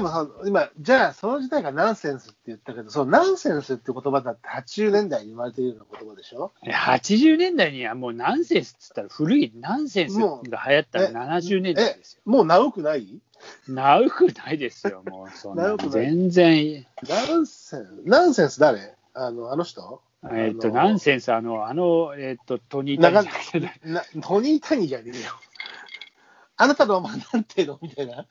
ほど。今、じゃあ、その時代がナンセンスって言ったけど、そのナンセンスって言葉だって80年代に生まれているような言葉でしょ80年代にはもうナンセンスっつったら古いナンセンスが流行ったら70年代ですよ。もう直くないなうくないですよ、もうそんななうくない全然。ナンセンス、ナンセンス誰あの、あの人えっと、あのナンセンス、あの、あの、えっと、トニー・長タニーじゃないなトニー・タニーじゃねえよ。あなたのまなんていうのみたいな。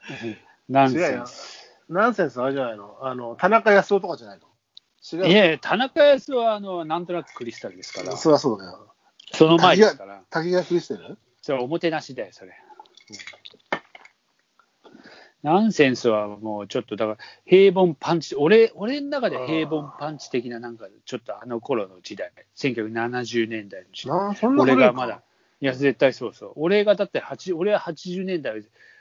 ナン違うセンよス。。ナンセンスはあれじゃないのあの、田中康夫とかじゃないのい違う。やいや、田中康夫は、あの、なんとなくクリスタルですから、そりゃそうだよ。その前ですから、滝川クリステルそれはおもてなしだよ、それ。ナンセンスはもうちょっと、だから、平凡パンチ、俺、俺の中で平凡パンチ的な、なんか、ちょっとあの頃の時代、1970年代の時代。なあ、そんな古俺いのがまだ。。いや、絶対そうそう。俺がだって、80俺は80年代、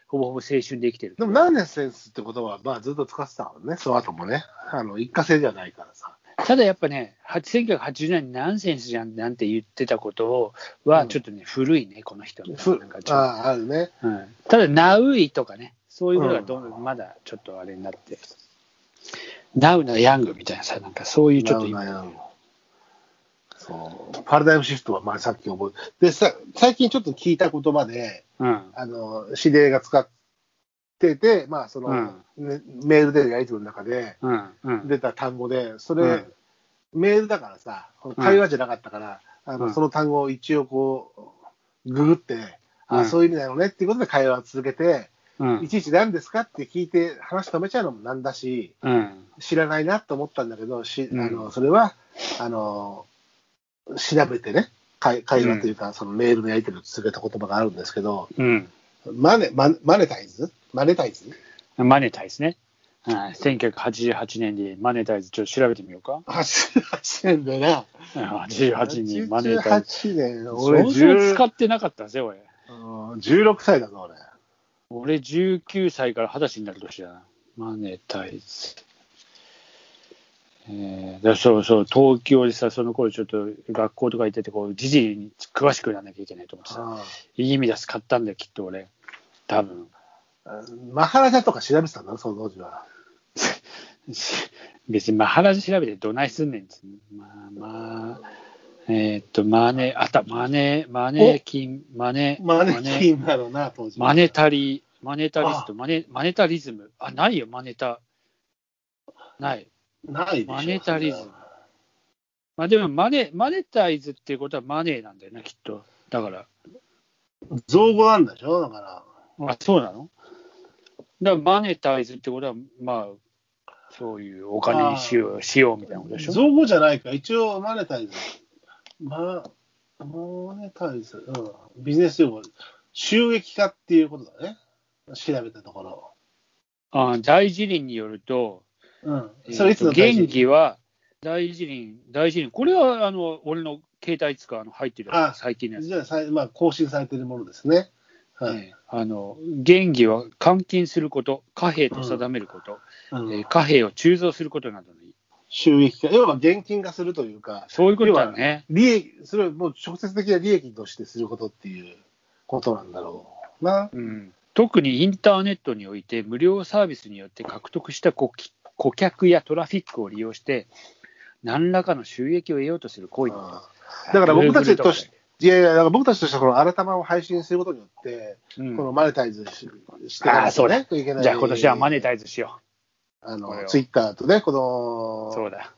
ほぼほぼ青春で生きてる。でも、ナンセンスってことは、まあ、ずっと使ってたもんね、その後もね。あの、一過性じゃないからさ。ただやっぱね、8 1980年にナンセンスじゃんなんて言ってたことをは、うんちょっとね、古いね、この人の。ふなんかちあょっあ、あるね。とうん、ただ、ナウイとかね、そういうことがどんどんまだちょっとあれになって、ナウなヤングみたいなさ、なんかそういうちょっと今、なるほどなるほどそう。パラダイムシフトは、まあ、さっき覚えで、さ、最近ちょっと聞いた言葉で、うん、あの、指令が使ってて、まあ、その、ねメールでのやり取りの中でうん、うん。出た単語で、それ、うんメールだからさ、会話じゃなかったから、あうのんその単語を一応こう、ググって、うあんそういう意味なのねっていうことで会話を続けて、うんい、ちいち何ですかって聞いて話止めちゃうのもなんだし、うん、知らないなと思ったんだけど、しうんあのそれは、あの、調べてね、会会話というか、そのメールのやり取りを続けた言葉があるんですけど、うん。マネ、マネマネタイズマネタイズマネタイズね。うん、1988年にマネタイズ、ちょっと調べてみようか。 88年だな。うん88にマネタイズ。 88年、俺、俺そう使10ってなかったぜ、俺。うん16歳だぞ、俺。俺19歳から20歳になる年だな。マネタイズ。えー、だからそうそう、東京でさ、その頃ちょっと学校とか行ってて、こう、時事に詳しくならなきゃいけないと思ってさ、いい意味出す買ったんだよ、きっと俺。多分。うんマハラジャとか調べてたんだな、その当時は。し別にマハラジ調べてどないすんねんっつまあまあ、えーっと、マネ、あった、マネ、マネ金、マネ、マネキンだろうな、当時。マネタリー、マネタリスト、マネマネタリズム。あ、ないよ、マネタ。ない。ないでしょマネタリズム。まあでもマネ、マネタイズっていうことはマネーなんだよね、きっと。だから。造語なんでしょだから。あ、そうなのだからマネタイズってことは、まあ、そういうお金にしよう、しようみたいなことでしょ。造語じゃないか、一応マネタイズ。ま、マネタイズ、うん。ビジネス用語。収益化っていうことだね。調べたところ。あ大辞林によると、うん。えそれいつーのと元気は、大辞林、大辞林。これは、あの、俺の携帯使うの入ってるやあつ、最近のやつ。じゃあさい、まあ、更新されているものですね。はい。えーあの原義は監禁すること、貨幣と定めること、うんえー貨幣を鋳造することなどの収益化。要は現金化するというか、そういうことだね。利益、それをもう直接的な利益としてすることっていうことなんだろうな。うん、特にインターネットにおいて無料サービスによって獲得した顧客顧客やトラフィックを利用して何らかの収益を得ようとする行為のことだから僕たちとし、いやいや、だから僕たちとしてはこの新たまを配信することによって、うんこのマネタイズししてあーそうだいけない。じゃあ今年はマネイタイズしよズ。あこれの、をツイッターとね、こう。そうの、だ。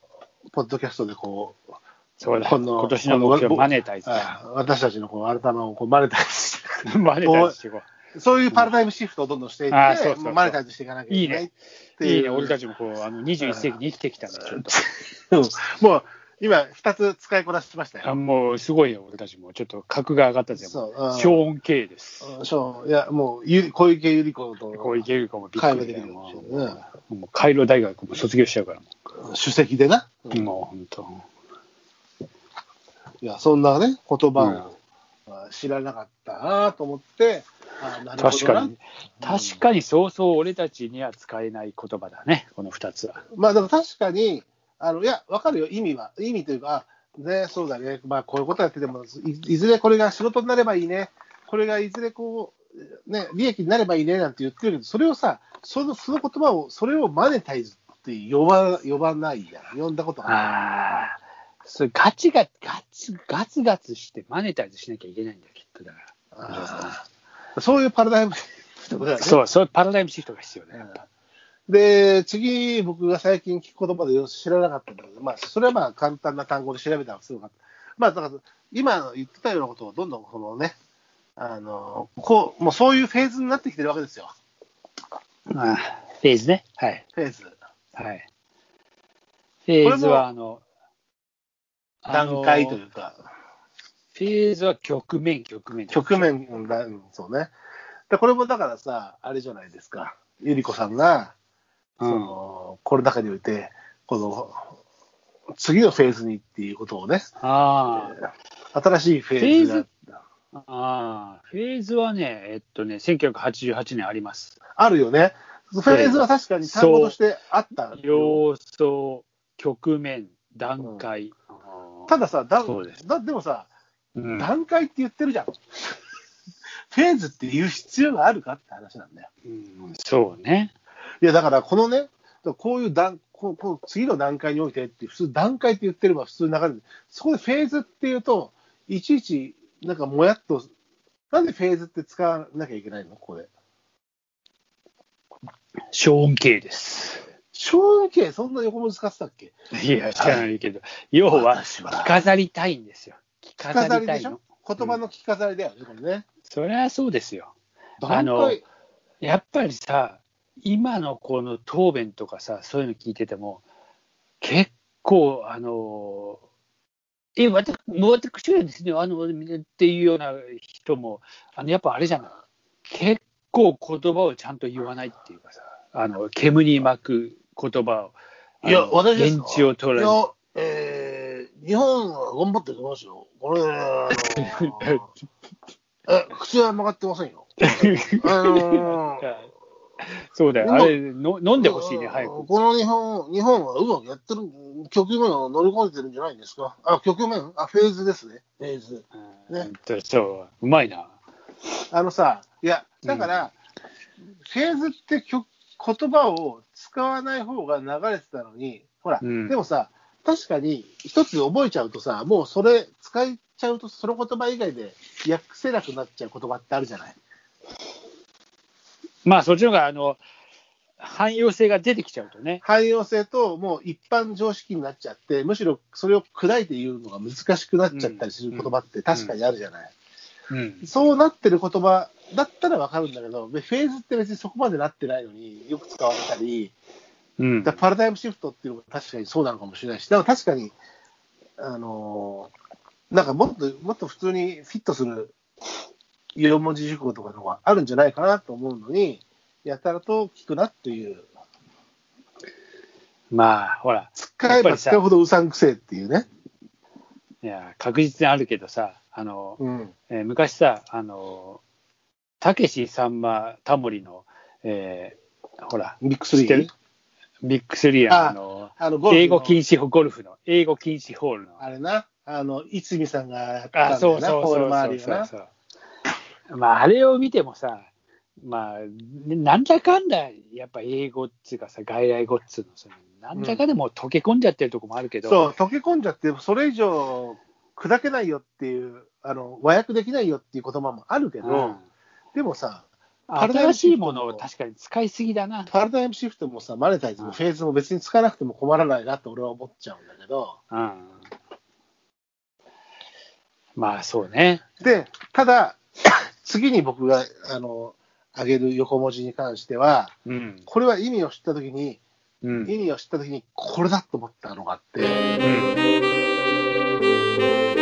ポッドキャストでこう、そうだ。この今年の目標、このマネタイズだ。あー私たちのこう新たまをこうマネタイズし マネタイズしていこて、 そういうパラダイムシフトをどんどんしていっあーそうそて、うそうもうマネタイズしていかなきゃいけないってう。いう。いいね、俺たちもこう、あの21世紀に生きてきたんだ、ちょっと。 もう、今、2つ使いこなしましたあよ。もうすごいよ、俺たちも。ちょっと格が上がったぜ。もうそううんショーン・ケイです。うんそう、いや、もう、ゆり小池百合子と、こういけるかもびっ会く話りできだるよ。かもしもれないねうもうカイロ大学も卒業しちゃうからも主席でな。う、もう本当。いや、そんなね、言葉をまあ知らなかったなと思って、あなるほどな確かに。、確かにそうそう俺たちには使えない言葉だね、この2つは。まあ、でも確かに、あの、いや、わかるよ、意味は。意味というか、あね、そうだね、まあ、こういうことやってても、いいずれこれが仕事になればいいね、これがいずれこう、ね、利益になればいいねなんて言ってるけど、それをさ、そのその言葉を、それをマネタイズって呼ば呼ばないやん。呼んだことがない。ああ、それガチガチ、ガチ、ガツガツしてマネタイズしなきゃいけないんだよ、きっとだかあーそういうパラダイムシフトだよら。ねそう、そういうパラダイムシフトが必要ね、やっぱ。で、次、僕が最近聞く言葉でよく知らなかったんだけど、まあ、それはまあ、簡単な単語で調べたらすぐ分かった。まあ、だから、今言ってたようなことをどんどん、そのね、あの、こう、もうそういうフェーズになってきてるわけですよ。ああフェーズね。はい。フェーズ。はい。フェーズこれもは、あの、あの段階というか、フェーズは局面、局面。局面だ、うんそうね。で、これもだからさ、あれじゃないですか。ゆり子さんが、うそん。の、コロナ禍において、この、次のフェーズにっていうことをね、あ新しいフェーズがフェーあ、ああ、フェーズはね、えっとね、1988年あります。あるよね。フェーズは確かに単語としてあった。要素、局面、段階。たださ、だそうですだでもさ、うん段階って言ってるじゃん。 フェーズって言う必要があるかって話なんだよ。うんそうね。いや、だからこのね、こういう段こうこう次の段階においてって、普通段階って言ってれば普通流れる。そこでフェーズっていうと、いちいちなんかもやっと、なんでフェーズって使わなきゃいけないのここで。小音系です。小音系、そんな横文字使ってたっけいや、知らないけど、要は、私着飾りたいんですよ。着着飾飾りりたでいしょの。言葉の着飾りだよね、これね。そりゃそうですよ。あ段の階。やっぱりさ、今のこの答弁とかさ、そういうの聞いてても、結構、あの、え、私、私はですね、あの、っていうような人も、あの、やっぱあれじゃない。結構言葉をちゃんと言わないっていうかさ、あの、煙に巻く言葉を、いや、あの私ですか現地を捉えいるや、えー、日本は頑張っていきますよ。これ、あのえ、口は曲がってませ んよ。あのーそうだよ、でもあれの、飲んでほしいね、うん早く。この日本、日本はうまくやってる、局面を乗り越えてるんじゃないですか。あ、局面あ、フェーズですね。フェーズ。ねうんそう、うまいな。あのさ、いや、だから、フェーズってきょ言葉を使わない方が流れてたのに、ほら、うんでもさ、確かに一つ覚えちゃうとさ、もうそれ使っちゃうと、その言葉以外で訳せなくなっちゃう言葉ってあるじゃない。まあ、そっちの方が、あの、汎用性が出てきちゃうとね。汎用性ともう一般常識になっちゃって、むしろそれを砕いて言うのが難しくなっちゃったりする言葉って確かにあるじゃない。うん。そうなってる言葉だったらわかるんだけど、でフェーズって別にそこまでなってないのによく使われたり、うんだからパラダイムシフトっていうのが確かにそうなのかもしれないし、だから確かに、あのーなんかもっと、もっと普通にフィットする4文字熟語とかのがあるんじゃないかなと思うのに、やたらと聞くなっていう、まあ、ほら、使えば使うほどうさんくせえっていうね。いや、確実にあるけどさ、あの、うん。えー昔さ、あの、たけしさんまタモリの、えーほら、ビッグス知リってるー。ビッグスリーのああの、あの、ゴルフの英語禁止、ゴルフの、英語禁止ホールの。あれな。あの、いつみさんがやったんだよなあ、そうそうホーそルうそ周うりをそうな。そう。まあ、あれを見てもさ、まあ、ねなんだかんだ、やっぱ英語っつうかさ、外来語っつうのさ、なんだかでもう溶け込んじゃってるとこもあるけど、そう、溶け込んじゃって、それ以上砕けないよっていう、あの、和訳できないよっていう言葉もあるけど、うんでもさ、新しいものを確かに使いすぎだな。パラダイムシフトもさ、マネタイズもフェーズも別に使わなくても困らないなって俺は思っちゃうんだけど、うん、まあ、そうね。で、ただ、 次に僕が、あの、上げる横文字に関しては、うん。これは意味を知ったときに、うん。意味を知ったときに、これだと思ったのがあって、うん